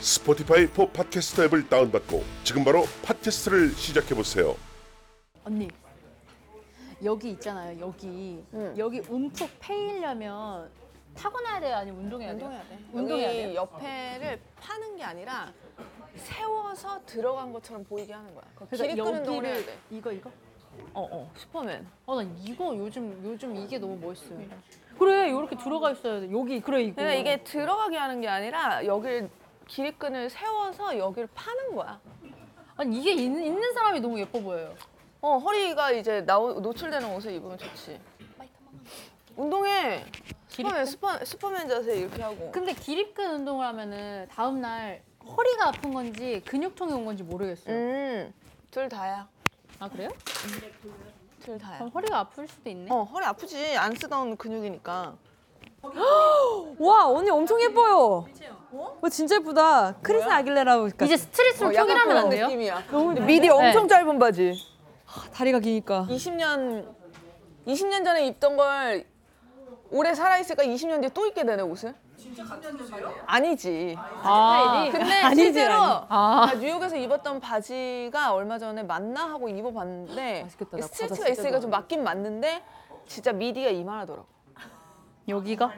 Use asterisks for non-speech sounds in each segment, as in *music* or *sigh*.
스포티파이 포 팟캐스터 앱을 다운받고 지금 바로 팟캐스트를 시작해 보세요. 언니 여기 있잖아요 여기 여기 움푹 패이려면 타고나야 돼요 아니면 운동해야 돼요? 운동해야 돼 운동해야 여기 돼요? 옆에를 파는 게 아니라 세워서 들어간 것처럼 보이게 하는 거야. 길이 그러니까 끄는 동안 해야 여기를 돼. 이거 이거? 어, 어. 슈퍼맨. 아 나 이거 요즘 요즘 이게 너무 멋있어요 그래 이렇게 들어가 있어야 돼 여기 그래 이거 그러니까 이게 들어가게 하는 게 아니라 여길 기립끈을 세워서 여기를 파는 거야. 아니 이게 있, 있는 사람이 너무 예뻐 보여요 어, 허리가 이제 나오, 노출되는 옷을 입으면 좋지. 운동해. 슈퍼맨, 슈퍼, 슈퍼맨 자세 이렇게 하고. 근데 기립근 운동을 하면은 다음 날 허리가 아픈 건지 근육통이 온 건지 모르겠어요 음, 둘 다야. 아 그래요? 둘 다야. 그럼 허리가 아플 수도 있네 어, 허리 아프지. 안 쓰던 근육이니까. 와 언니 아, 엄청 예뻐요. 어? 와 진짜 예쁘다. 크리스 아길레라니까 이제 어, 스트레스로 통일하면 안 돼요? 느낌이야. 미디 엄청 짧은 바지. 네. 아, 다리가 기니까. 20년 20년 전에 입던 걸 오래 살아 있으니까 20년 뒤에 또 입게 되네 옷을. 진짜 같은 옷이에요? 아니지. 아, 근데 아니지, 실제로 아니. 아, 뉴욕에서 입었던 바지가 얼마 전에 맞나 하고 입어봤는데 맛있겠다. 나 과자 스트레치가 진짜 있으니까 좀 맞긴 맞는데 진짜 미디가 이만하더라고. 여기가?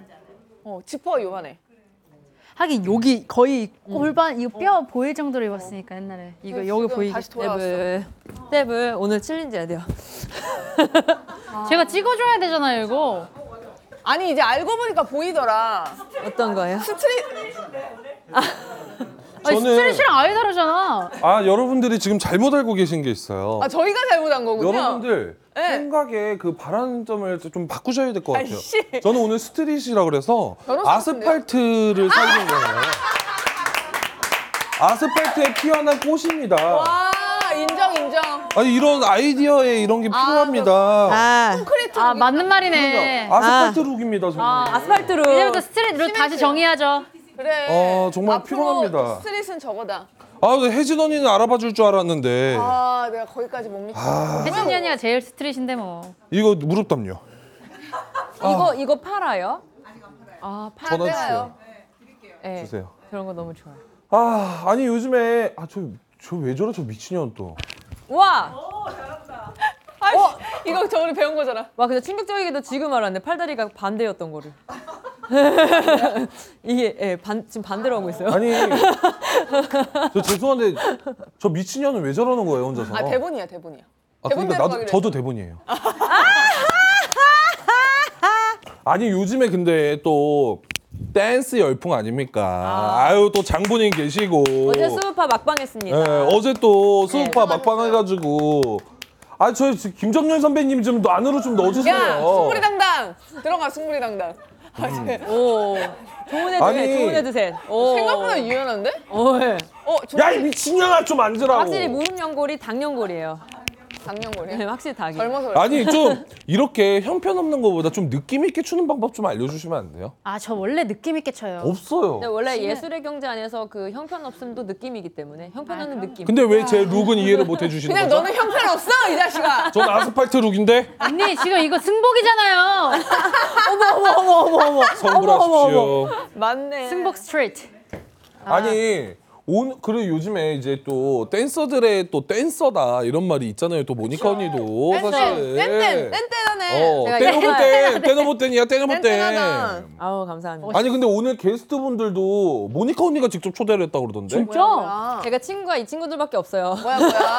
어 지퍼가 요만해. 음. 하긴 여기 거의 골반 이거 뼈 보일 정도로 입었으니까 옛날에 이거 여기 지금 보이게 다시 돌아왔어. 떼블 떼블 오늘 챌린지 해야 돼요. 아. 제가 찍어줘야 되잖아요 이거 아니 이제 알고 보니까 보이더라. 어떤 거예요? 스트레 아니, 저는- 스트릿이랑 아예 다르잖아 아 여러분들이 지금 잘못 알고 계신 게 있어요. 아 저희가 잘못한 거군요. 여러분들 네. 생각에 그 바라는 점을 좀 바꾸셔야 될 것 같아요. 아이씨. 저는 오늘 스트릿이라 그래서 결혼 아스팔트를 살린 거예요. 아스팔트에 피어난 꽃입니다. 와 아, 인정 인정. 아니 이런 아이디어에 이런 게 필요합니다. 아 크리트 아 맞는 말이네. 아, 스팔트 룩입니다 저는. 아스팔트로 이제부터 그 스트릿으로 다시 정의하죠. 그래. 어, 정말 앞으로 피곤합니다. 스트릿은 저거다. 아 근데 혜진 언니는 알아봐 줄 줄 알았는데 아, 내가 거기까지 못 미쳐. 아. 혜진이 언니가 제일 스트릿인데 뭐. 이거 무릎 담요. 이거 이거 팔아요? 아 팔. 전화 주세요. 네. 주세요. 그런 거 너무 좋아요. 아 아니 요즘에 아저저 왜 저래 저 미친년 또. 와. 어? 아, 이거 저 오늘 배운 거잖아. 와 근데 충격적이게도 지금 알았네 팔다리가 *laughs* 반대였던 거를. *laughs* 이게 예, 반, 지금 반대로 하고 있어요. 아니 저 죄송한데 저 미친년은 왜 저러는 거예요 혼자서? 아, 대본이야, 대본이야. 아, 그러니까 대본대로 나도 하기로 저도 대본이에요. 아니 요즘에 근데 또 댄스 열풍 아닙니까? 아. 유또 장본인 계시고 어제 수우파 예, 막방했습니다. 어제 또 수우파 막방 해가지고 아 저 김정렬 선배님 좀 안으로 좀 넣어주세요. 야, 승부리당당! 들어가, 승부리당당. 아, 쟤 오 좋은 애들 아니. 셋, 좋은 애들 셋. 오. 생각보다 유연한데? 오, 예. 어, 저 어. 야이 미친년아 좀 앉으라고. 확실히 무릎 연골이 당 연골이에요. *laughs* 네, 당년거리야. 확실히 닭이. 젊어서 그래. 아니 좀 이렇게 형편없는 것보다 좀 느낌 있게 추는 방법 좀 알려주시면 안 돼요? 아 저 원래 느낌 있게 쳐요. 없어요. 근데 네, 원래 예술의 경제 안에서 그 형편없음도 느낌이기 때문에 형편없는 느낌. 근데 왜 제 룩은 이해를 못 해주시는 그냥 거죠? 너는 형편없어, 이 자식아! 전 *laughs* 아스팔트 룩인데 언니 지금 이거 승복이잖아요. 성불하십시오. 맞네. 승복 스트릿. 아니 온 그래 요즘에 이제 또 댄서들의 또 댄서다 이런 말이 있잖아요. 또 모니카 그렇죠. 언니도 사실 땐땐! 땐땐하네! 어, 내가 떼노볼 이거 땐 떼노볼 땐이야 떼노볼 땐땐하다. 땐. 아우 감사합니다. 아니 근데 오늘 게스트분들도 모니카 언니가 직접 초대를 했다 그러던데. 진짜? 제가 친구가 이 친구들밖에 없어요. 뭐야, 뭐야.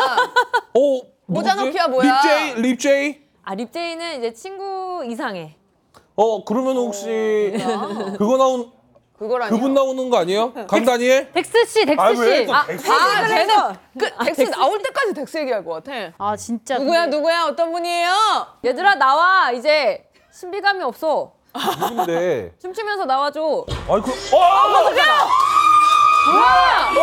어 모자노키야, 뭐야? 립제이 립제이. 아 립제이는 이제 친구 이상해. 어 그러면 혹시 어, 그거 나온 그거라니. 그분 나오는 거 아니에요? 강다니엘? 덱스 씨, 덱스 씨. 아왜또 아, 덱스? 아, 쟤는 그래서 그, 덱스 나올 때까지 덱스 얘기할 것 같아. 아 진짜. 누구야, 누구야, 어떤 분이에요? 얘들아 나와 이제 신비감이 없어. 근데 그, 춤추면서 나와줘. 아이 그 어! 와! 아! 뭐?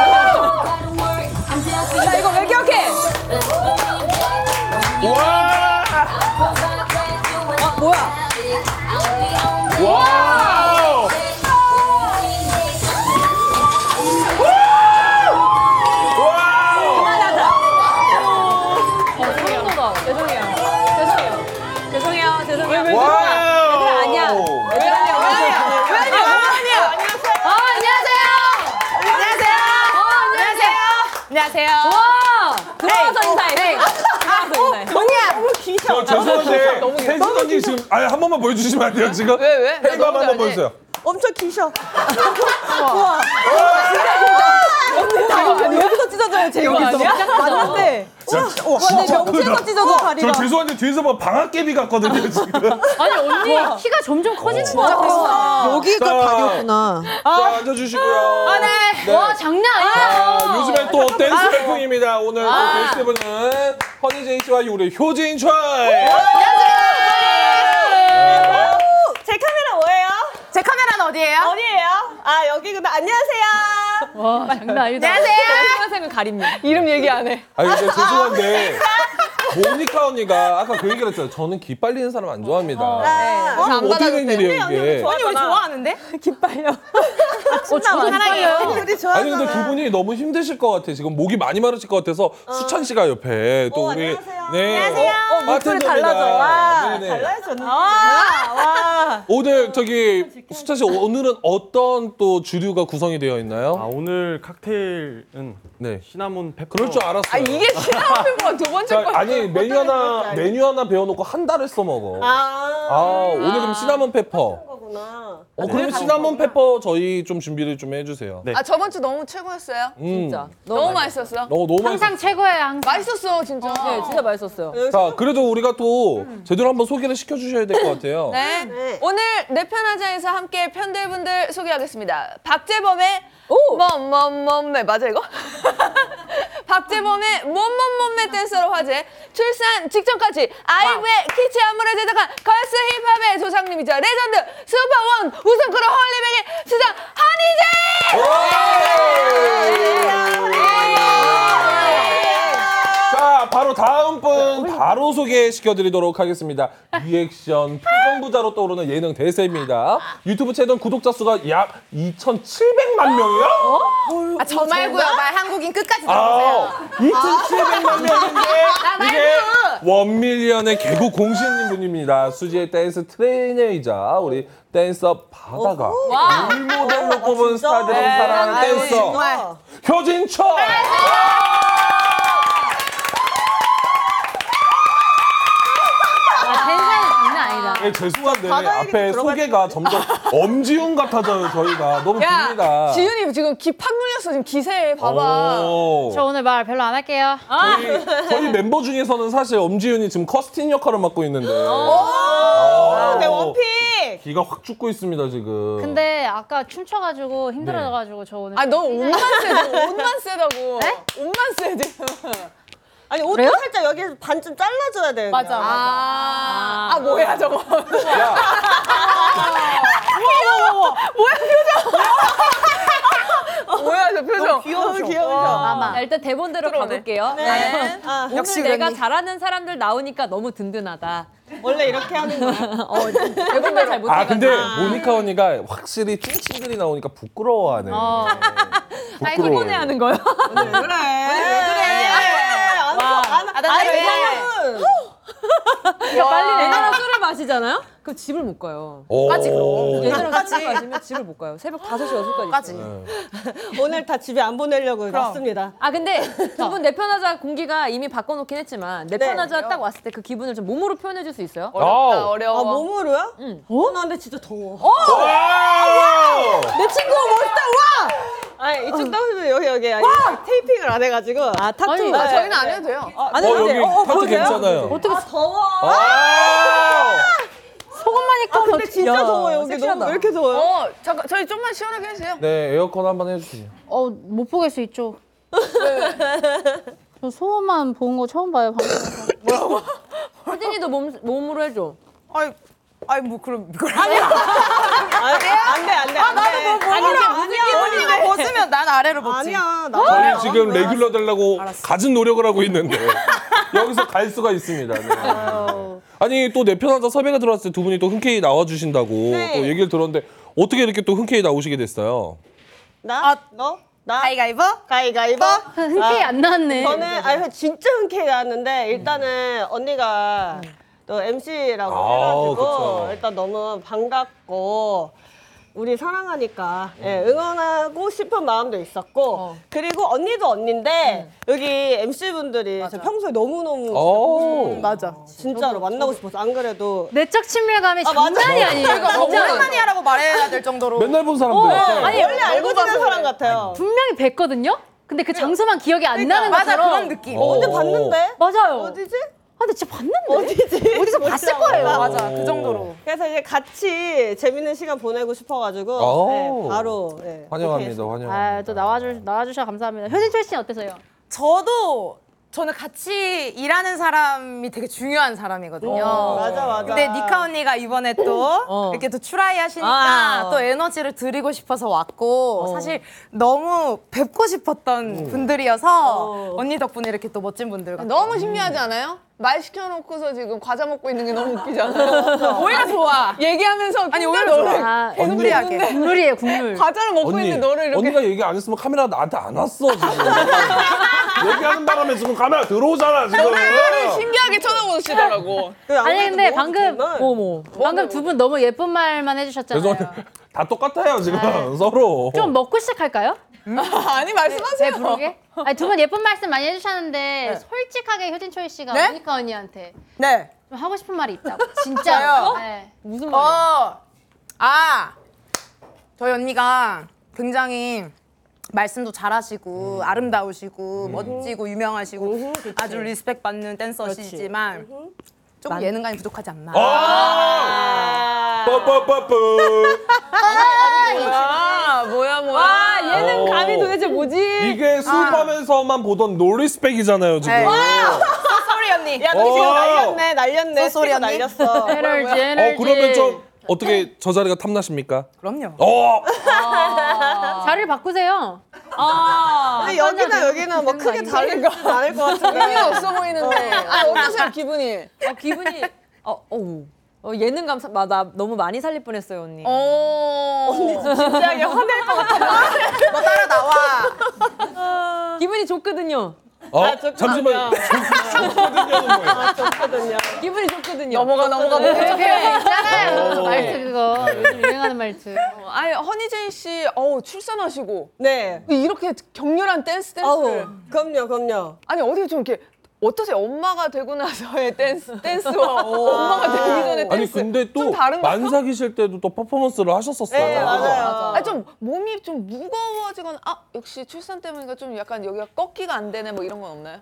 아, 아, 어, 안녕하세요. 와! 네. 들어와서 인사해. 들어와서 인사해. 언니야 너무 기셔. 저 죄송한데 너무 혜진 언니 지금 아예 한 번만 보여주시면 안 돼요 지금? 왜, 왜? 나 헬밤 너무 한번 잘해. 보여주세요. 엄청 기셔. 우와. 언니 여기서 찢어져요 제가 맞는데. 와, 근데 명치가 찢어져 저 다리가. 죄송한데 뒤에서 막 방앗개비 같거든요 지금. 아니 언니 키가 네, 점점 커지는 거 같아. 여기가 자. 다리였구나. 자 앉아주시고요. 네. 와 장난 아니야. 아, 요즘엔 또 댄스 열풍입니다. 오늘 또 게스트분은 허니제이 씨와 우리 효진 씨. 제 카메라 뭐예요? 제 카메라는 어디예요? 어디예요? 아 여기구나. 안녕하세요. 와 장난 아니다. 네. 선생님 가립니다. 이름 얘기 안 해. 아 근데 죄송한데 모니카 언니가 아까 그 얘기를 했잖아요. 저는 기 빨리는 사람 안 좋아합니다. 네. 네. 아, 이거 어떻게 된 일이에요 이게? 언니 우리 좋아하는데? *laughs* 깃발요. 어, 저도 사랑해요. 우리 좋아하잖아. 아니 근데 두 분이 너무 힘드실 것 같아. 지금 목이 많이 마르실 것 같아서 수찬 씨가 옆에 또 어, 우리 안녕하세요. 어. 안녕하세요. 네, 어, 목소리 와, 달라요 저는. 아, 와. 오늘 저기 수찬 씨 오늘은 어떤 또 주류가 구성이 되어 아 있나요? 오늘 칵테일은 네. 시나몬 페퍼. 그럴 그렇죠. 줄 알았어요. 아 이게 싫어하는 거두 번째 자, 거. 아니 메뉴 하나 메뉴 하나 배워놓고 한 달을 써먹어. 아, 아, 오늘 그럼 시나몬 페퍼. 그거구나. 어 그러면 시나몬 페퍼 저희 좀 준비를 좀 해주세요. 네. 아 저번 주 너무 최고였어요. 진짜. 너무, 맛있었어. 너무 너무 맛있어. 항상 최고예요 항상. 맛있었어 진짜. 네, 진짜 맛있었어요. 자 그래도 우리가 또 제대로 한번 소개를 시켜주셔야 될 것 같아요. 네. 네. 오늘 내 편하자에서 함께 편들분들 소개하겠습니다. 박재범의 몸몸몸매 맞아 이거? *laughs* 박재범의 몸몸몸매 댄서로 화제 출산 직전까지 아이브의 키치 안무를 제작한 걸스 힙합의 조상님이자 레전드 슈퍼원 우승 크루 헐리백의 수장 자, 바로 다음 분 바로 소개시켜드리도록 하겠습니다. 리액션 표정부자로 떠오르는 예능 대세입니다. 유튜브 채널 구독자 수가 약 2,700만 명이요? 한희재! 아, 저 말고요. 말 한국인 끝까지 아, 2,700만 명인데 이게 원밀리언의 개구 공신분입니다. 수지의 댄스 트레이너이자 우리 댄서 바다가 롤모델로 뽑은 스타들을 사랑하는 댄서 효진철! 와 텐션이 장난 아니다. 예, 죄송한데 바다 얘기 앞에 들어가야 소개가 점점 엄지훈 같아져요 저희가 너무 야, 깁니다. 지윤이 지금 기팍 눌렸어. 지금 기세에 봐봐. 오. 저 오늘 말 별로 안 할게요. 저희, 저희 멤버 중에서는 사실 엄지훈이 지금 커스틴 역할을 맡고 있는데. 오. 아, 네, 내 원픽. 기가 확 죽고 있습니다 지금. 근데 아까 춤춰가지고 힘들어져가지고 저 오늘 아, 너 네. 옷만 세다. 옷만 *laughs* 세다고. 옷만 세 지금. 아니 옷도 살짝 여기에서 반쯤 잘라줘야 돼. 맞아. 아, 아, 뭐야 저거. *laughs* 뭐야 저 표정. 아, 귀여워 귀여워. 마마. 자, 일단 대본대로 들어오네. 가볼게요. 아. 네. 아, 오늘 내가 잘하는 사람들 나오니까 너무 든든하다. 원래 이렇게 하는 거야. *laughs* 어, 대본대로 잘 못해가지고. 아 근데 모니카 언니가 확실히 찐친들이 나오니까 부끄러워하네. 부끄러워. 피곤해 하는 거요? 왜 그래? 왜 그래? 안 와. 네. 네. 아, 나 왜냐면 그러니까 빨리 얘네랑 술을 마시잖아요? 그럼 집을 못 가요. 빠지. 얘네랑 같이 마시면 집을 못 가요. 새벽 5시, 6시까지. 까지. 네. 오늘 다 집에 안 보내려고 왔습니다. 아 *laughs* 근데 두 분 내편하자 공기가 이미 바꿔놓긴 했지만 내편하자 네. 딱 왔을 때 그 기분을 좀 몸으로 표현해 줄 수 있어요? 어렵다 아 어려워. 몸으로요? 응. 어? 나 근데 진짜 더워. 와. 내 친구 멋있다 와. 아니 이쪽 떨어지면 여기 여기 아니, 테이핑을 안 해가지고. 아 타투. 아, 저희는 안 해도 돼요. 안 어 해도 돼. 여기 타투 괜찮아요. 어떻게 아, 더워. 아. 아, 근데 진짜 더워 여기 너무 왜 이렇게 더워요? 어, 잠깐 저희 좀만 시원하게 해주세요. 네 에어컨 한번 해주세요. 어못 보겠어 이쪽. 네. 저 소원만 본 거 처음 봐요 방금. 효진이도 몸, 몸으로 해줘. 아이, 아이 뭐 그럼 이걸 아, 안돼 안돼. 아 나도 뭐 아니야 아니야 언니가 벗으면 난 아래로 아니야 나. 저희 지금 레귤러 달라고 갖은 노력을 하고 있는데 *laughs* 여기서 갈 수가 있습니다. 네. 아니 또 내 편하자 섭외가 들어왔을 때 두 분이 또 흔쾌히 나와주신다고 또 얘기를 들었는데 어떻게 이렇게 또 흔쾌히 나오시게 됐어요? 나? 너? 나? 아, 가위가위보? 어? 가위가위보? 흔쾌히 안 나왔네. 저는 아니 진짜 흔쾌히 나왔는데 일단은 언니가 또 MC라고 아, 해가지고 그쵸. 일단 너무 반갑고 우리 사랑하니까 음. 예, 응원하고 싶은 마음도 있었고 그리고 언니도 언니인데 여기 MC 분들이 평소에 너무 오. 너무 맞아 진짜로 만나고 싶어서 안 그래도 내적 친밀감이 아, 맞아. 장난이 아니에요. 어, 진짜. 오랜만이야라고 말해야 될 정도로 맨날 본 사람들. 어, 아니, 원래 알고 지낸 사람 같아요. 분명히 뵀거든요? 근데 그 장소만 기억이 안 나는 것처럼. 그러니까. 느낌. 어. 언제 봤는데? 맞아요. 어디지? 아, 근데 진짜 봤는데? 어디지? 어디서 봤을 거예요. 어. 맞아, 그 정도로. 어. 그래서 이제 같이 재밌는 시간 보내고 싶어가지고 오. 네, 바로 네, 환영합니다. 환영합니다. 아, 또 나와주, 나와주셔서 감사합니다. 효진철 씨는 어때서요? 저도 저는 같이 일하는 사람이 되게 중요한 사람이거든요. 어, 맞아 맞아. 근데 니카 언니가 이번에 또 이렇게 또 추라이 하시니까 아. 또 에너지를 드리고 싶어서 왔고 사실 너무 뵙고 싶었던 어. 분들이어서 언니 덕분에 이렇게 또 멋진 분들 같아요. 음. 너무 신기하지 않아요? 말 시켜놓고서 지금 과자 먹고 있는 게 너무 *laughs* 웃기잖아요. 오히려 좋아. 얘기하면서 아니 오히려 너를 아, 언니하게. 국물이에요, *laughs* 국물. 과자를 먹고 언니, 있는데 너를 이렇게 *laughs* 언니가 얘기 안 했으면 카메라 나한테 안 왔어 지금. *laughs* 얘기하는 바람에 지금 카메라 들어오잖아 지금. 신기하게 쳐다보시더라고. *laughs* 아니, 근데 방금, 방금 두 분 너무 예쁜 말만 해주셨잖아요. 죄송해요. 다 어. 똑같아요 지금 서로. 좀 먹고 시작할까요? 아니 네, 말씀하세요. 부르게? *laughs* 아니, 두 분 예쁜 말씀 많이 해주셨는데, 솔직하게 효진철 씨가 네? 모니카 언니한테 네. 좀 하고 싶은 말이 있다고. 진짜요? 네. 무슨 말이야? 어. 아. 저희 언니가 굉장히 말씀도 음. 잘하시고 아름다우시고 멋지고 유명하시고 아주 리스펙 받는 댄서시지만 조금 예능감이 부족하지 않나. 아! 뽀뽀뽀뽀. 아 뭐야 뭐야. 예. 얘는 감이 도대체 뭐지? 어. 이게 수업하면서만 보던 노리스펙이잖아요 지금. 어, 네. 소리 언니. 야, 오. 너 지금 날렸네, 날렸네. 소리 언니 날렸어. 에너지, 에너지. 네. 어 그러면 좀 어떻게 저 자리가 탐나십니까? 그럼요. 어. 자리를 바꾸세요. 근데 여기나 여기나 뭐 크게 다른 거 않을 것 같은데. 의미 없어 보이는데. 아 어떠세요 기분이? 아, 기분이 어, 어우. 어, 예능감 사- 마- 나 너무 많이 살릴 뻔했어요 언니. 어. 진지하게 화낼 것 같아. 너 따라 나와. 기분이 좋거든요. 어? 잠시만. 기분이 *laughs* 좋거든요. 네. 넘어가 넘어가 넘어가. 있잖아요. 어. 말투 그거. 요즘 유행하는 말투. 어. 어, 아니 허니제이 씨, 어우 출산하시고 네. 이렇게 격렬한 댄스 아우, 댄스를 그럼요, 그럼요. 아니 어디 좀 이렇게 어떠세요? 엄마가 되고 나서의 댄스 댄스와 엄마가 되기 전에 아니 댄스 근데 또 좀 다른 거. 만삭이실 때도 또 퍼포먼스를 하셨었어요. 네, 맞아요. 아니 좀 몸이 좀 무거워지거나 아 역시 출산 때문이니까 좀 약간 여기가 꺾기가 안 되네 뭐 이런 건 없나요?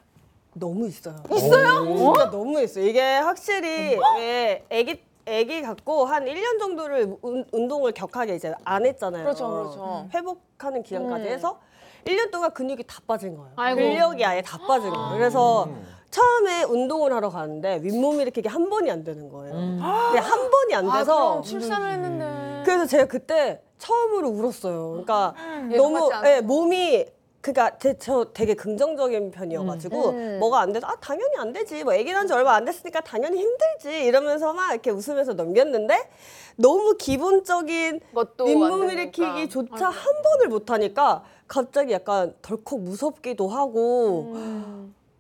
너무 있어요. 있어요? 진짜 너무 있어요. 이게 확실히 예, 애기 애기 갖고 한 1년 정도를 운- 운동을 격하게 이제 안 했잖아요. 그렇죠, 그렇죠. 음. 회복하는 기간까지 해서 1년 동안 근육이 다 빠진 거예요. 아이고. 근력이 아예 다 빠진 거예요. 그래서 처음에 운동을 하러 가는데 윗몸 일으키기 한 번이 안 되는 거예요. 근데 한 번이 안 아 돼서 그럼 음, 출산을 했는데 그래서 제가 그때 처음으로 울었어요. 그러니까 너무 음, 예상하지 않았어. 예, 몸이 그러니까 제, 저 되게 긍정적인 편이어가지고 음, 뭐가 안 돼서 아 당연히 안 되지 뭐 애기난 지 얼마 안 됐으니까 당연히 힘들지 이러면서 막 이렇게 웃으면서 넘겼는데 너무 기본적인 것도 안 윗몸 되니까. 일으키기조차 한 번을 못 하니까 갑자기 약간 덜컥 무섭기도 음. 하고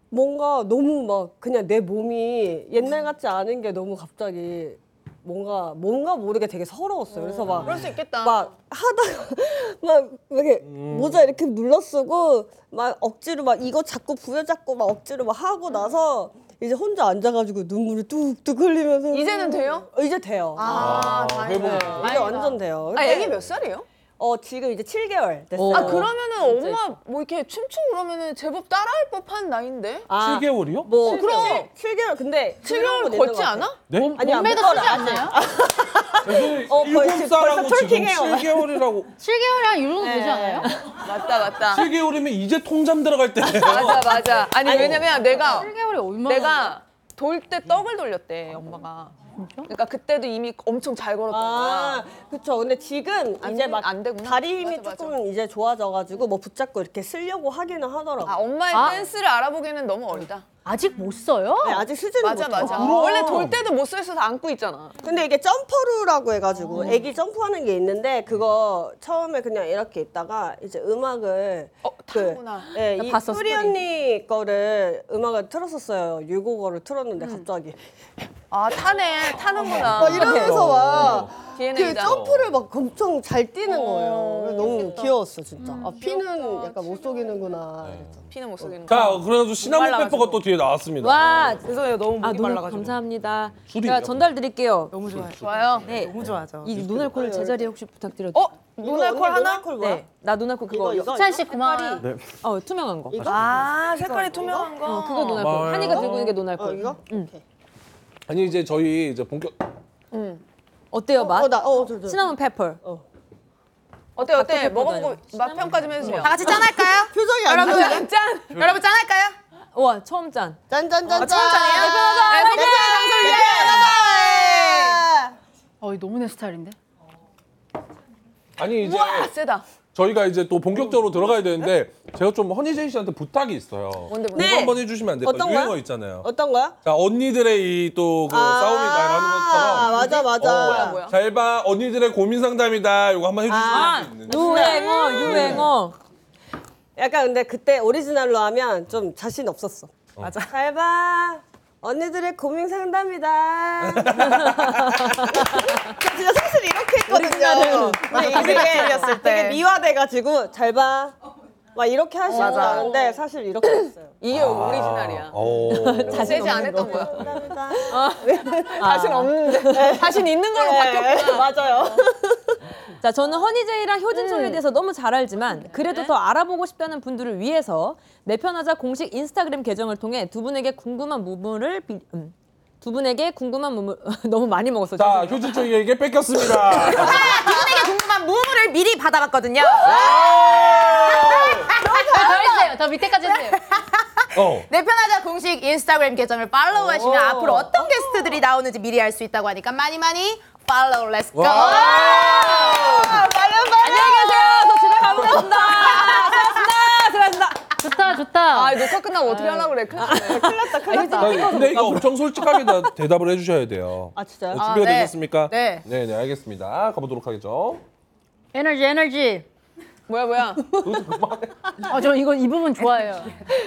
뭔가 너무 막 그냥 내 몸이 옛날 같지 않은 게 너무 갑자기 뭔가 뭔가 모르게 되게 서러웠어요. 그래서 막 그럴 수 있겠다. 막 하다가 *laughs* 막 이렇게 음. 모자 이렇게 눌러 쓰고 막 억지로 막 이거 자꾸 부여잡고 막 억지로 막 음. 하고 나서 이제 혼자 앉아가지고 눈물을 뚝뚝 흘리면서 이제는 돼요? 어, 이제 돼요. 아, 회복. 이제 완전 돼요. 아 애기 몇 살이에요? 어 지금 이제 7개월 됐어요. 아 그러면은 엄마 뭐 이렇게 춤추고 그러면은 제법 따라할 법한 나이인데 아, 7개월이요? 뭐 그럼. 7, 개월 근데 7개월 걷지 않아? 네? 뭐, 아니 안 몸매도 걸어요. 쓰지 않나요? 어, 거의 지금 벌써 7살하고 지금 톨킹해요. 7개월이라고. 7개월이랑 이 정도 되지 않아요? 맞다 맞다 7개월이면 이제 통잠 들어갈 때. 맞아 맞아 아니, 왜냐면 어. 내가 7개월이 얼마나. 내가 돌 때 떡을 돌렸대 엄마가 그러니까 그때도 이미 엄청 잘 걸었던 아, 거야 그쵸. 근데 지금 안 이제 되- 막 안 되구나. 다리 힘이 맞아, 맞아. 조금 이제 어. 좋아져가지고 뭐 붙잡고 이렇게 쓰려고 하기는 하더라고. 아 엄마의 댄스를 알아보기에는 너무 어리다 아직 못 써요? 네, 아직 쓰지는 맞아 못해요. 맞아. 원래 돌 때도 못 써있어서 안고 있잖아. 근데 이게 점퍼루라고 해가지고 음. 애기 점프하는 게 있는데 그거 처음에 그냥 이렇게 있다가 이제 음악을 어, 그 타는구나. 예, 이 봤어, 소리 스토리. 언니 거를 음악을 틀었었어요. 유고거를 음. 틀었는데 갑자기 아 타네 타는구나. 어, 막 어, 이러면서 막 DNA다. 네. 그 점프를 막 엄청 잘 뛰는 어, 거예요. 그래서 너무 귀여웠어 진짜. 음, 아, 피는 약간 못 속이는구나. 이랬죠. 피는 못 속이는 거. 자, 그래가지고 시나몬 페퍼가 또 뒤에 나왔습니다. 와, 죄송해요 너무 목이 아, 너무 말라가지고 감사합니다. 술이에요? 제가 전달 드릴게요. 너무 좋아요 좋아요. 네. 너무 어, 좋아하죠 이 노날콜 제자리에 혹시 부탁드려도 어 눈알콜 이거 하나? 눈알콜 뭐야? 네. 나 노날콜 그거. 이거 이거 수찬 씨 고마워요. 네. 어, 투명한 거. 아 색깔이 투명한 거. 어, 그거 노날콜. 고마워요. 한이가 들고 있는 게 어, 노날콜. 이거? 아니 이제 저희 이제 본격 어때요, 맛? 어, 나, 어, 저, 저. 시나몬 페퍼. 어때 어때 닭도 먹어보고 예쁘다, 맛 평가 좀 해주세요. 네, 다 같이 짠할까요? *laughs* 표정이 안 좋아. 짠 짠. 여러분 짠할까요? 와, 처음 짠. 짠짠짠짠. 네, 짠. 네. 어, 이 너무 내 스타일인데? 아니 이제 우와 세다. 저희가 이제 또 본격적으로 들어가야 되는데 제가 좀 허니제이 씨한테 부탁이 있어요. 뭔데? 뭔데 뭐 네. 거 한번 해주시면 안 될까요? 어떤 유행어 거야? 있잖아요. 어떤 거야? 자 언니들의 이 또 그 싸움이다 라는 아, 것처럼 어, 맞아 맞아. 뭐야, 뭐야? 잘봐 언니들의 고민 상담이다 이거 한번 해주시면 아, 있는 네. 유행어, 유행어. 약간 근데 그때 오리지널로 하면 좀 자신 없었어. 맞아. 잘 봐. 언니들의 고민 *laughs* 상담이다. 저 진짜 사실 이렇게 했거든요. 어, 근데 이게 들렸을 때. 되게 미화돼가지고 잘 봐. 막 이렇게 하시고 나는데 사실 이렇게 했어요. 이게 오리지널이야. 오. 세지 않았던 거야. 감사합니다. 자신 없는데 자신 있는 걸로 바뀌었구나. 네. *laughs* 맞아요. 자, 저는 허니제이랑 효진송에 대해서 너무 잘 알지만 그래도 더 알아보고 싶다는 분들을 위해서 내 편하자 공식 인스타그램 계정을 통해 두 분에게 궁금한 부분을 비, 음, 두 분에게 궁금한 부분 *laughs* 너무 많이 먹었어. 자 효진 쪽에게 뺏겼습니다. 이분에게 궁금한 무물을 미리 받아봤거든요 더 해주세요. 더 밑에까지 해주세요. 어. 내 편하자 공식 인스타그램 계정을 팔로우하시면 앞으로 어떤 게스트들이 나오는지 미리 알 수 있다고 하니까 많이 많이 팔로우 렛츠 고 아, 안녕히 계세요. 저 집에 가보겠습니다. 수고하셨습니다. 수고하셨습니다. 좋다, 좋다. 아 녹화 끝나면 어떻게 하려고 그래? 큰일 났네. 자, 근데 이거 엄청 솔직하게 다- 대답을 해주셔야 돼요. 아 진짜요? 어, 준비가 아, 네. 되셨습니까? 네. 네, 네, 알겠습니다. 가보도록 하겠죠. 에너지, 에너지. *laughs* 뭐야 뭐야. 아, 저 이거 이 부분 좋아해요.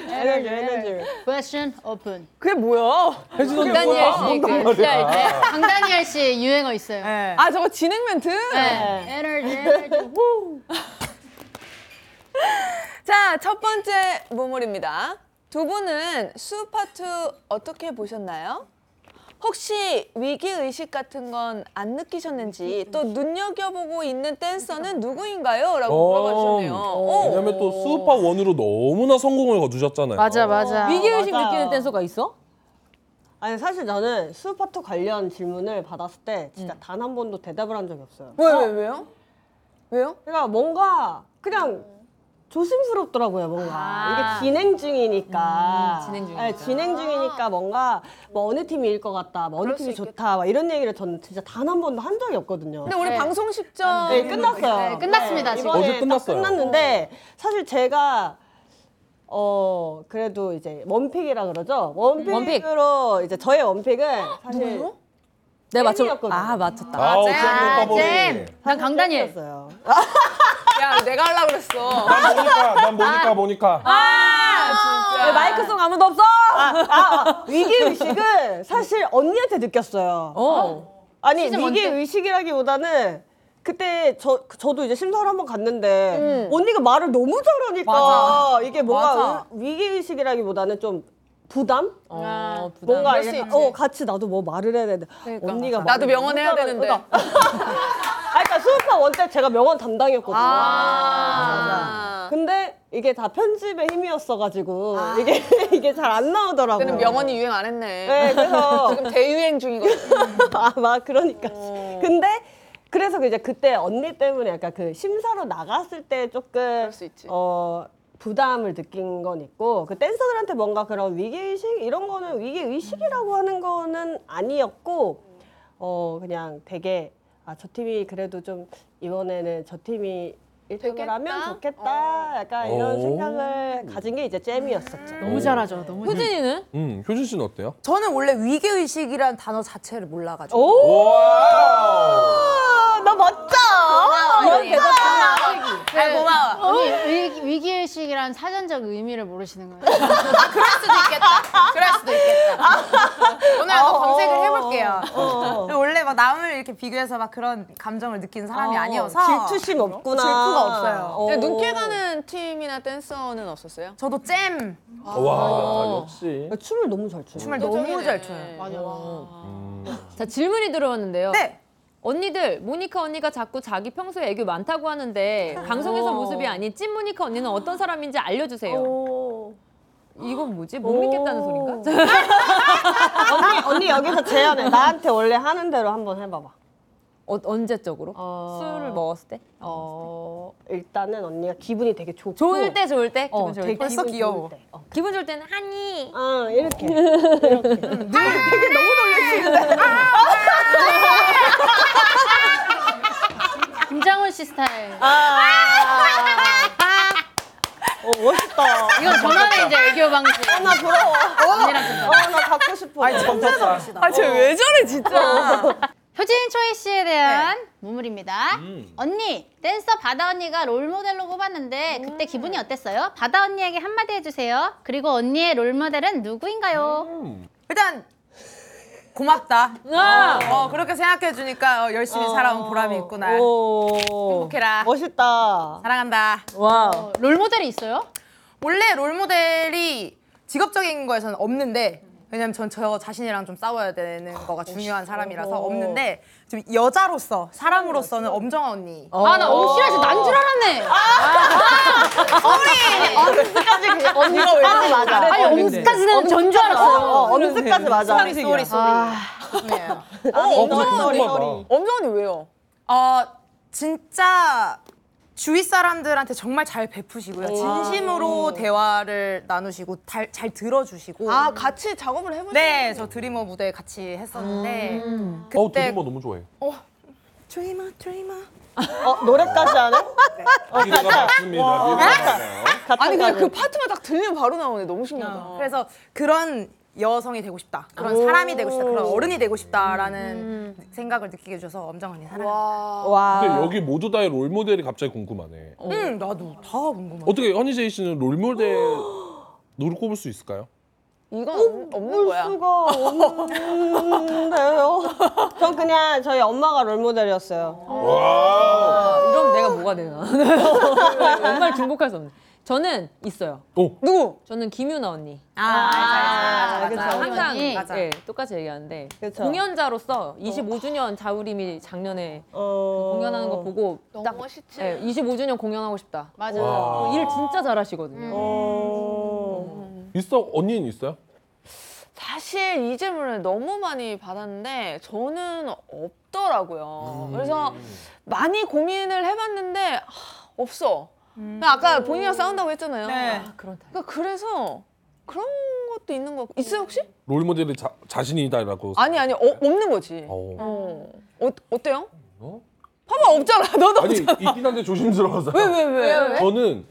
네. 에너지 에너지. Question open. 그게 뭐야? 혜진 언니 강다니엘 뭐야? 씨, 그 스타일 때. 아. 강다니엘 씨 유행어 있어요. 네. 아 저거 진행 멘트? 네. 에너지, 에너지. 자, 첫 번째 무물입니다. 두 분은 수파트 어떻게 보셨나요? 혹시 위기의식 같은 건 안 느끼셨는지 또 눈여겨보고 있는 댄서는 누구인가요? 라고 물어봐 주셨네요. 오. 왜냐면 또 수우파 원으로 너무나 성공을 거두셨잖아요. 맞아, 맞아. 위기의식 맞아요. 느끼는 댄서가 있어? 아니 사실 저는 수파토 관련 질문을 받았을 때 진짜 음. 단 한 번도 대답을 한 적이 없어요. 왜, 왜, 왜요? 왜요? 그러니까 뭔가 그냥 조심스럽더라고요 뭔가 이게 진행 중이니까 아. 음, 진행 중이니까. 네, 진행 중이니까 뭔가 뭐 어느 팀이 이길 것 같다 뭐 어느 팀이 좋다 막 이런 얘기를 저는 진짜 단 한 번도 한 적이 없거든요 근데 우리 네. 방송 직전 네, 끝났어요 네, 끝났습니다, 지금. 이번에 어제 딱 끝났어요. 끝났는데 사실 제가 어 그래도 이제 원픽이라 그러죠 원픽으로 원픽. 이제 저의 원픽은 사실 네, 내가 맞춰. 팬이었거든요. 아, 맞췄다. 아우, 아, 쌤, 오빠 잼. 난 강다니엘. 팬이었어요. 야, 내가 하려고 그랬어. 난 보니까, 난 보니까, 보니까. 아, 네, 진짜. 왜 마이크송 아무도 없어? 아, 위기 *laughs* 의식은 사실 언니한테 느꼈어요 어. 아니 시즌 원 위기 때? 의식이라기보다는 그때 저 그- 저도 이제 심사를 한 번 갔는데 언니가 말을 너무 잘하니까 이게 뭔가 위기 의식이라기보다는 좀 부담? 어, 부담. 뭔가 그럴 수 약간, 있지. 그러니까. 어 같이 나도 뭐 말을 해야 되는데 언니가 나도 말을 너무 명언해야 잘하니까. 되는데. *laughs* 그러니까, 아 그러니까 수우파 원때 제가 명언 담당이었거든요. 아, 아. 근데 이게 다 편집의 힘이었어가지고 이게 *laughs* 이게 잘 안 나오더라고요. 그때는 명언이 유행 안 했네. 네 그래서 *laughs* 지금 대유행 중이거든. 아마 그러니까. 근데 그래서 이제 그때 언니 때문에 약간 그 심사로 나갔을 때 조금 수 있지. 어 부담을 느낀 건 있고 그 댄서들한테 뭔가 그런 위기 의식 이런 거는 위기 의식이라고 하는 거는 아니었고 어 그냥 되게 아 저 팀이 그래도 좀 이번에는 저 팀이 1등을 하면 되겠다? 좋겠다. 약간 이런 오. 생각을 가진 게 이제 잼이었었죠. 음. 너무 잘하죠. 너무 잘하죠. 효진이는? 음, 효진 씨는 어때요? 저는 원래 위계의식이란 단어 자체를 몰라가지고. 오! 아, 너 멋져! 이런 대답 아, 고마워. 언니 위기, 위기의식이란 사전적 의미를 모르시는 거예요? 아, 그럴 수도 있겠다. 그럴 수도 있겠다. 오늘 한번 검색을 해볼게요. 원래 막 남을 이렇게 비교해서 막 그런 감정을 느낀 사람이 아니어서. 질투심 없구나. 질투가 없어요. 어. 눈길 가는 팀이나 댄서는 없었어요? 저도 잼! 와, 역시. 춤을 너무 잘 추네. 정말 너무 잘 춰요. 맞아. 자 질문이 들어왔는데요. 네. 언니들 모니카 언니가 자꾸 자기 평소에 애교 많다고 하는데 어. 방송에서 모습이 아닌 찐 모니카 언니는 어떤 사람인지 알려주세요. 어. 오. 이건 뭐지? 못 믿겠다는 소린가? 언니, 언니 여기서 제안해. 나한테 원래 하는 대로 한번 해봐봐. 어, 언제적으로? 어. 술을 먹었을 때? 어, 일단은 언니가 기분이 되게 좋고. 어, 좋을 때 좋을 때? 기분 좋을 때? 벌써 기분 좋을 어, 귀여워. 때. 어. 기분 좋을 때는 하니 아, 이렇게. 이렇게. 되게 너무 놀랬어요. *laughs* 김장훈 씨 스타일. 어, 멋있다. 이건 저만의 이제 애교 방식. 나 부러워. 언니랑 똑같아. 어, 나 갖고 싶어. 아니, 아쟤왜 저래 어. 진짜. 효진 초이 씨에 대한 무물입니다. 언니, 댄서 바다 언니가 롤모델로 꼽았는데 그때 기분이 어땠어요? 바다 언니에게 한마디 해주세요. 그리고 언니의 롤모델은 누구인가요? 일단, 고맙다. 어, 그렇게 생각해주니까 어, 열심히 살아온 보람이 있구나. 어. 행복해라. 멋있다. 사랑한다. 와. 어, 롤모델이 있어요? 원래 롤모델이 직업적인 거에서는 없는데 왜냐면 전 저 자신이랑 좀 싸워야 되는 거가 중요한 사람이라서 없는데 좀 여자로서 사람으로서는 엄정아 언니 아, 나 엄청 싫어해서 난 줄 알았네. 언니가 왜 이렇게 맞아? 아니, 엄스까지는 전 줄 알았어요. 어, 언니까지 맞아. 소리 소리 언니예요. 어, 근데 궁금하다. 엄정언니 왜요? 네. 어 진짜 주위 사람들한테 정말 잘 베푸시고요 진심으로 대화를 나누시고 달- 잘 들어주시고 아 같이 작업을 해보셨 네저 드리머 무대 같이 했었는데 음. 어우, 두분 뭐 너무 좋아해. 드리머 드리머 어, 노래까지 하네? 기대가 맞습니다. 기대가 맞아요. 아니 그냥 그 파트만 딱 들리면 바로 나오네 너무 신기하다. 그래서 그런 여성이 되고 싶다. 그런 사람이 되고 싶다. 그런 어른이 되고 싶다라는 음. 생각을 느끼게 해줘서 엄정 언니 사랑해. 어. 근데 와. 여기 모두 다의 롤 모델이 갑자기 궁금하네. 응, 음, 나도 다 궁금해. 어떻게 허니제이 씨는 롤 모델 누를 꼽을 수 있을까요? 이건 없- 없는 거야. 수가 없는데요. 전 그냥 저희 엄마가 롤모델이었어요. 와. 이러면 내가 뭐가 *laughs* 되나 정말 중복할 수 없네 저는 있어요 오. 누구? 저는 김유나 언니 아, 그쵸. 맞아, 맞아, 맞아. 항상 언니. 맞아. 예, 똑같이 얘기하는데 그쵸. 공연자로서 25주년 자우림이 작년에 어. 공연하는 거 보고 너무 딱 멋있지. 어. 예, 25주년 공연하고 싶다 맞아. 와. 일 진짜 음. 잘하시거든요 어. 있어? 언니는 있어요? 사실 이 질문을 너무 많이 받았는데 저는 없더라고요. 음. 그래서 많이 고민을 해봤는데 하, 없어. 나 아까 본인이랑 싸운다고 했잖아요. 네. 그런 타 그러니까 그래서 그런 것도 있는 것 같고 있어요 혹시? 롤 모델이 자, 자신이다라고. 아니 아니 어, 없는 거지. 어. 어. 어, 어때요? 어? 봐봐 없잖아. *laughs* 너도 아니 있긴 한데 조심스러워서. 왜, 왜? 왜? 저는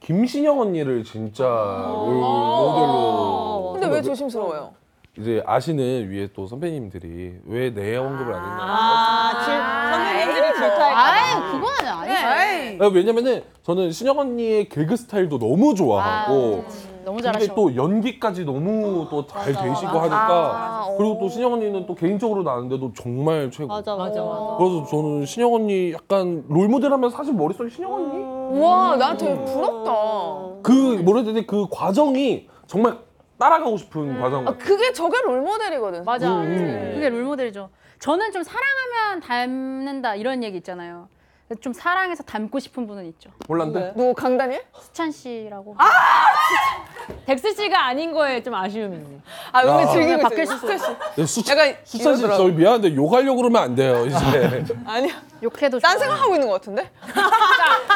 김신영 언니를 진짜 롤 모델로. 근데 왜 조심스러워요? 이제 아시는 위에 또 선배님들이 왜 내 언급을 안 했나? 아, 질, 선생님들이 질투할까? 아이, 그거는 아니죠. 에이. 아, 왜냐면은 저는 신영 언니의 개그 스타일도 너무 좋아하고 네. 너무 근데 잘하셔. 또 연기까지 너무 또 잘 되시고 하니까 그리고 또 신영 언니는 또 개인적으로 나는데도 정말 최고. 맞아, 맞아, 맞아. 그래서 저는 신영 언니 약간 롤 모델 하면 사실 머릿속에 신영 언니 우와 나한테 부럽다. 그 뭐라 해야 되지 그 과정이 정말 따라가고 싶은 과정. 아, 그게 저게 롤모델이거든. 맞아. 네. 음. 그게 롤모델이죠. 저는 좀 사랑하면 닮는다 이런 얘기 있잖아요. 좀 사랑해서 닮고 싶은 분은 있죠. 몰랐는데 누구 강다니엘? 수찬 씨라고. 아! 백스 씨가 아닌 거에 좀 아쉬움이 있네 아 여기 야. 즐기고 박근혜 씨. 약간 수찬 씨 이러더라고. 예, 저희 미안한데 욕하려고 그러면 안 돼요 이제. 아니야. 욕해도 딴 좋아요. 생각하고 있는 것 같은데?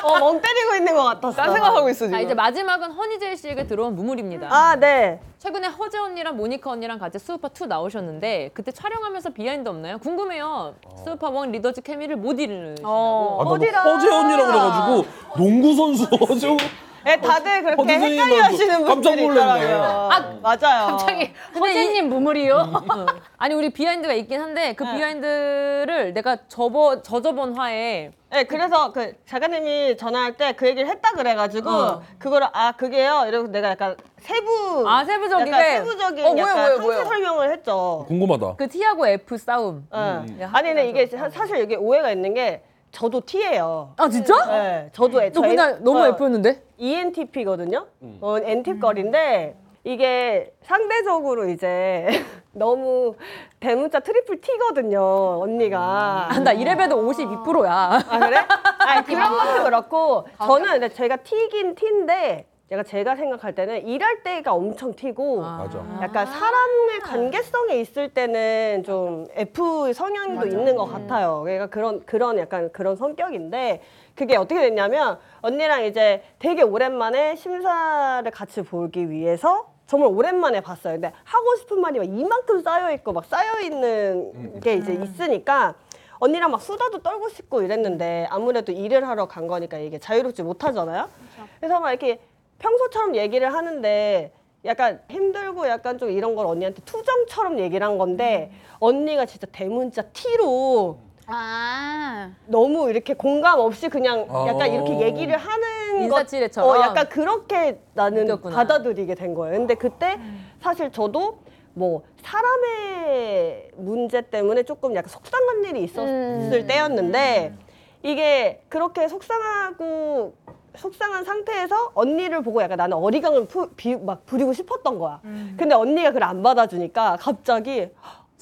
어, 멍 때리고 있는 것 같았어. 딴 생각하고 있어 지금. 자 아, 네. 이제 마지막은 허니제이 씨에게 들어온 무물입니다. 아, 네. 최근에 허재 언니랑 모니카 언니랑 같이 수우파 2 나오셨는데 그때 촬영하면서 비하인드 없나요? 궁금해요. 어. 수우파 1 리더즈 케미를 못 이루신다고. 아, 나뭐 허재 언니라 그래가지고 농구 선수 *laughs* 허재 언- 네, 다들 그렇게 허재 어, 선생님 헷갈려 하시는 깜짝 분들이 놀랐네. 있더라고요. 아, 맞아요. 갑자기 *laughs* 허재님 무물이요? 음. 어. 아니 우리 비하인드가 있긴 한데 네. 그 비하인드를 내가 저번 저저번 화에 네, 그래서 그 작가님이 전화할 때 그 얘기를 했다 그래가지고 어. 그거를 아 그게요 이러고 내가 약간 어. 세부 아, 세부적이게? 약간 세부적인 어, 뭐예요, 약간 뭐예요, 상세 뭐예요? 설명을 했죠. 궁금하다. 그 티아고 F 싸움. 예. 음. 아니 근데 이게 사- 사실 여기 오해가 있는 게 저도 T예요. 아 진짜? 네, 저도 애, 어. 너 그날 너무 F였는데? 어. E ENTP거든요. 어, NT거리인데 이게 상대적으로 이제 *laughs* 너무 대문자 트리플 T거든요 언니가. 아, 어. 나 이래봬도 52%야. 아 그래? 음. 아니 그런 것도 그렇고 저는 근데 제가 튀긴 튀인데 제가 제가 생각할 때는 일할 때가 엄청 튀고 맞아. 약간 사람의 관계성에 있을 때는 좀 F 성향도 있는 것 같아요. 그러니까 그런 그런 약간 그런 성격인데 그게 어떻게 됐냐면 언니랑 이제 되게 오랜만에 심사를 같이 보기 위해서 정말 오랜만에 봤어요. 근데 하고 싶은 말이 막 이만큼 쌓여 있고 막 쌓여 있는 게 이제 있으니까 언니랑 막 수다도 떨고 싶고 이랬는데 아무래도 일을 하러 간 거니까 이게 자유롭지 못하잖아요. 그래서 막 이렇게 평소처럼 얘기를 하는데 약간 힘들고 약간 좀 이런 걸 언니한테 투정처럼 얘기를 한 건데 언니가 진짜 대문자 T로 아. 너무 이렇게 공감 없이 그냥 약간 어. 이렇게 얘기를 하는 인사치레처럼? 어, 약간 그렇게 나는 느꼈구나. 받아들이게 된 거예요. 근데 그때 사실 저도 뭐 사람의 문제 때문에 조금 약간 속상한 일이 있었을 때였는데 이게 그렇게 속상하고 속상한 상태에서 언니를 보고 약간 나는 어리광을 푸- 비- 막 부리고 싶었던 거야. 근데 언니가 그걸 안 받아주니까 갑자기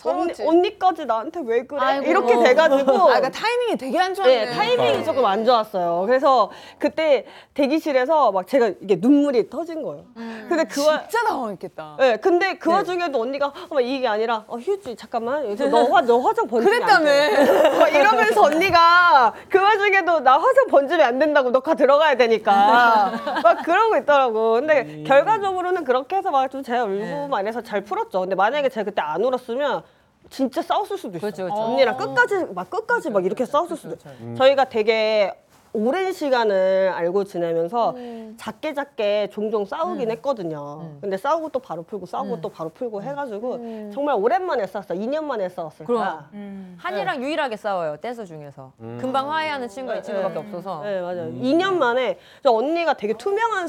언니, 서러웠지. 언니까지 나한테 왜 그래? 아이고. 이렇게 돼가지고 아, 그러니까 타이밍이 되게 안 좋았네. 네, 타이밍이 조금 안 좋았어요. 그래서 그때 대기실에서 막 제가 이게 눈물이 터진 거예요. 근데 그 와, 진짜 당황했겠다. 예, 근데 그 와중에도 언니가 막 이게 아니라 어, 휴지 잠깐만 여기서 너, 화, 너 화장 번지면 안 돼. 그랬다며. 막 이러면서 언니가 그 와중에도 나 화장 번지면 안 된다고 녹화 들어가야 되니까 막 그러고 있더라고. 근데 결과적으로는 그렇게 해서 막 좀 제가 울고 막 이래서 잘 풀었죠. 근데 만약에 제가 그때 안 울었으면 진짜 싸웠을 수도 있어요. 그렇죠, 그렇죠. 언니랑 끝까지 막 끝까지 막 이렇게 싸웠을 수도 있어요. 저희가 되게 오랜 시간을 알고 지내면서 음. 작게 작게 종종 싸우긴 했거든요. 근데 싸우고 또 바로 풀고 싸우고 음. 또 바로 풀고 해가지고 정말 오랜만에 싸웠어요. 아. 2년 만에 싸웠을까. 그럼. 음. 네. 한이랑 유일하게 싸워요 댄서 중에서 음. 금방 화해하는 친구가 이 친구밖에 없어서 네 맞아요. 2년 만에 저 언니가 되게 투명한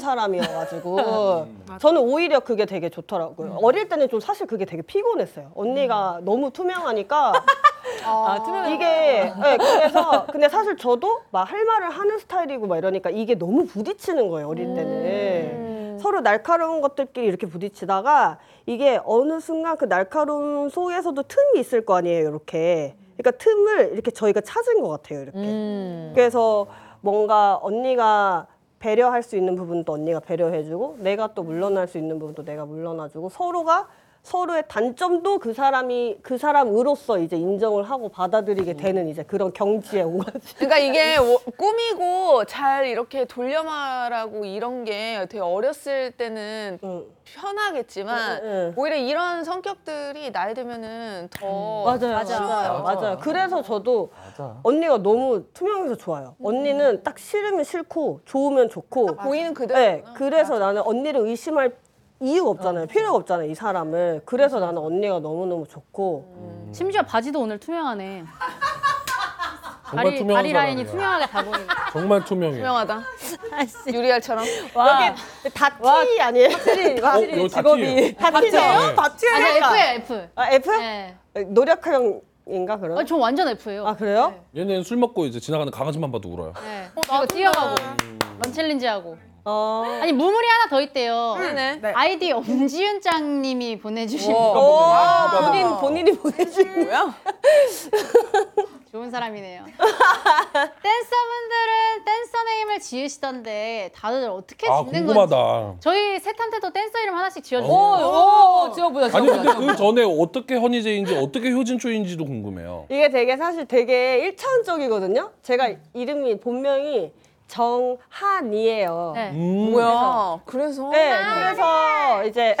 *laughs* 사람이어가지고 음. 저는 오히려 그게 되게 좋더라고요. 어릴 때는 좀 사실 그게 되게 피곤했어요. 언니가 너무 투명하니까 음. *laughs* 어, 아, 투명해 이게 네, 그래서 근데 사실 저도 막 할 말을 하는 스타일이고 막 이러니까 이게 너무 부딪히는 거예요 음. 어릴 때는 서로 날카로운 것들끼리 이렇게 부딪히다가 이게 어느 순간 그 날카로움 속에서도 틈이 있을 거 아니에요 이렇게 그러니까 틈을 이렇게 저희가 찾은 것 같아요 이렇게 음. 그래서 뭔가 언니가 배려할 수 있는 부분도 언니가 배려해주고 내가 또 물러날 수 있는 부분도 내가 물러나주고 서로가 서로의 단점도 그 사람이 그 사람으로서 이제 인정을 하고 받아들이게 되는 이제 그런 경지에 온 거지. 그러니까 이게 워- 꾸미고 잘 이렇게 돌려 말하고 이런 게 되게 어렸을 때는 응. 편하겠지만 응, 응. 오히려 이런 성격들이 나이 들면은 음. 더 맞아요. 맞아요. 그래서 저도 언니가 너무 투명해서 좋아요. 언니는 딱 싫으면 싫고 좋으면 좋고 보이는 그대로 어, 네, 그래서 나는 언니를 의심할 이유가 없잖아요. 필요가 없잖아요, 이 사람을. 그래서 나는 언니가 너무너무 좋고. 심지어 바지도 오늘 투명하네. 정말 다리, 투명한 다리 라인이 사람이야. 투명하게 다 보이네. 정말 투명해. 유명하다. 유리알처럼. 와, 다 T 아니에요? 어, 직업이 다 T예요? 네. 다 T예요? 아니, F예요, F. 아, F? 네. 노력형인가, 그럼? 어, 저 완전 F예요. 아, 그래요? 얘네는 술 먹고 이제 지나가는 강아지만 봐도 울어요. 네. 이거 뛰어가고, 런챌린지 하고. 어. 아니, 무물이 하나 더 있대요. 네. 아이디 엄지윤 짱님이 보내주신 오, 본인, 본인이 아, 보내주신 거야? 좋은 *laughs* 사람이네요. 댄서분들은 댄서 네임을 지으시던데 다들 어떻게 아 짓는 궁금하다. 건지. 저희 셋한테도 댄서 이름 하나씩 지어주세요. 오, 지어보자, 지어보자. 아니 근데 그 전에 어떻게 허니제인지 어떻게 효진초인지도 궁금해요. 이게 되게 사실 되게 일차원적이거든요? 제가 이름이, 본명이 정한이에요. 네. 뭐야? 그래서 음. 네, 그래서 이제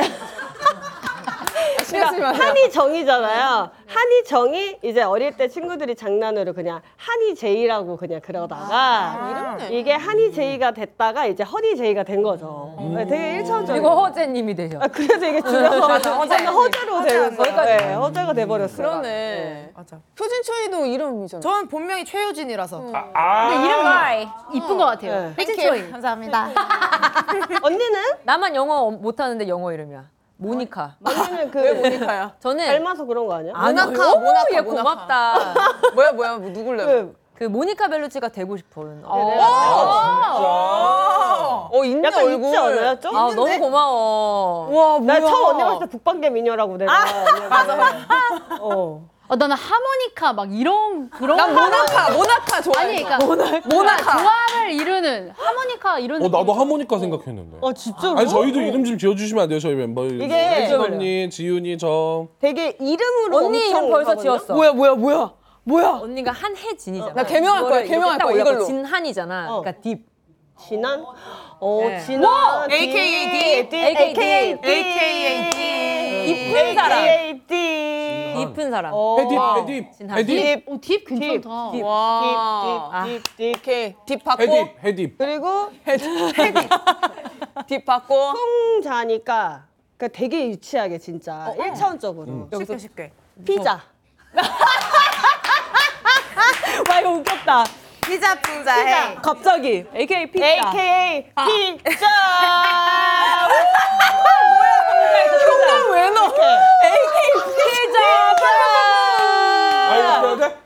그러니까 한이 정이잖아요. 한이 정이 이제 어릴 때 친구들이 장난으로 그냥 한이 제이라고 네. 그냥 그러다가 이게 한이 제이가 됐다가 이제 허니 제이가 된 거죠. 음. 네, 되게 일차원적이고 그리고 허재님이 되죠. 아, 그래서 이게 줄여서 허재 허재로 되는 거예요. 네, 허재가 돼버렸어요. 그러네. 맞아. 효진 초이도 이름이잖아. 저는 본명이 최효진이라서. 음. 아. 근데 이름 네. 이쁜 것 같아요. 네. 땡큐. 감사합니다. 언니는 나만 영어 못하는데 영어 이름이야. 모니카. 언니는 왜 그 모니카야? 저는 닮아서 그런 거 아니야? 아니, 모나카, 어머, 모나카, 얘 모나카. 고맙다. *laughs* 뭐야 뭐야 뭐 누굴래? 그 그 모니카 벨루치가 되고 싶은. 어, 네. 어 있네 약간 얼굴. 있지 않아요? 좀? 아, 너무 고마워. 와 뭐야? 나 처음 언니가 봤을 때 북방계 미녀라고 내가 맞아 *laughs* 어. 어, 나는 하모니카 막 이런 그런. 난 모나카, 모나카 좋아해. 아니, 그러니까 모나카. 조화를 이루는 하모니카 이런. 어 나도 느낌이죠. 하모니카 생각했는데. 어 진짜로? 아니 저희도 이름 좀 지어주시면 안 돼요 저희 멤버. 이게- 혜진 언니, 지윤이, 저. 되게 이름으로 언니 엄청 이름 벌써 가거든요? 지었어. 뭐야 뭐야 뭐야 뭐야? 언니가 한혜진이잖아. 나 개명할 거야, 개명할 거야, 이걸로. 진한이잖아. 어. 그러니까 딥. 진한? 어 네. 진한 AKA D AKA AKA D AKA 깊은 D 사람. AKA D 깊은 사람. 헤딥, 어. 헤딥, 진한. 헤딥, 딥 어, 딥 괜찮다. 딥, 와. 딥, 딥, 딥, 딥. 오케이 딥 받고 헤딥, 헤딥. 그리고 딥 받고 홍자니까 그러니까 되게 유치하게 어, 진짜 일차원적으로 음. 쉽게 쉽게. *laughs* 피자 와 이거 웃겼다 피자 피자 아, 해. 갑자기 AKA 피자 AKA 피자 형들 왜 넣어? 아 이거 야 돼?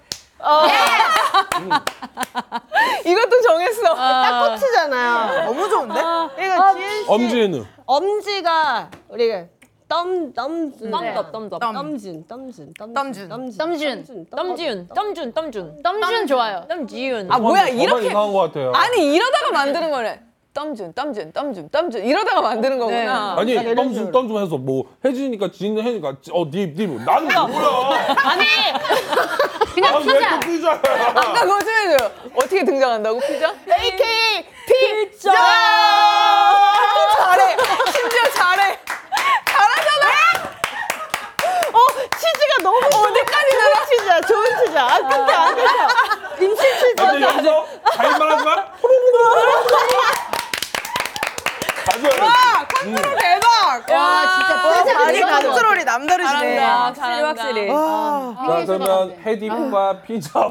어. 이것도 정했어. 딱 너무 좋은데? 그러니까 지은 씨 엄지은우. 엄지가 우리가 덤 덤준 덤덥, 덤덥. 덤준 덤준 덤준. 덤준. 음. 덤지윤, 덤준, 덤준. 덤준 좋아요. 덤지윤. 아 뭐야 저만 이렇게 이상한 것 같아요. 아니 이러다가 만드는 거래. 땀준 땀준 땀준 땀준 이러다가 만드는 네. 거구나. 아니 덤좀 덤좀 해서 뭐 혜진이니까 지윤이 혜진이니까 지- 어 딥, 딥. 나는 뭐야? 아니 그냥 아니 피자. 왜또 피자야? 아까 그거 좀 해줘요. 어떻게 등장한다고 피자? AKA 피자 잘해. 심지어 잘해. 어 치즈가 너무 어디까지 좋은 치즈야 좋은 치즈야 안 끝에 안 끝에 임신 근데 치즈 여기서 잘만 하지 마. 음. 가져야 돼. 컨트롤 대박. 와 아, 진짜 피자 아니 괜찮다. 컨트롤이 남다르시네. 잘한다. 확실히, 확실히. 자 그러면 헤디과 피자와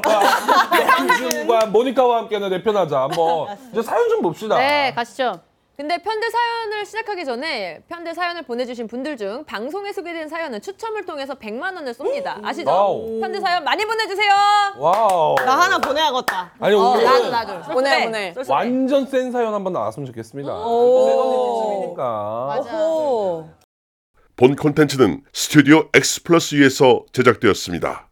양준과 모니카와 함께하는 내편하자 한번 이제 사연 좀 봅시다. 네 가시죠. 근데 편대 사연을 시작하기 전에 편대 사연을 보내주신 분들 중 방송에 소개된 사연은 추첨을 통해서 100만 원을 쏩니다. 아시죠? 어. 와우. 편대 사연 많이 보내주세요. 와우. 나 하나 보내야겠다 아니 오늘 나도. 보내 보내. 완전 센 사연 한번 나왔으면 좋겠습니다. 센 언니 팀이니까. 오호 본 콘텐츠는 스튜디오 X 플러스 위에서 제작되었습니다.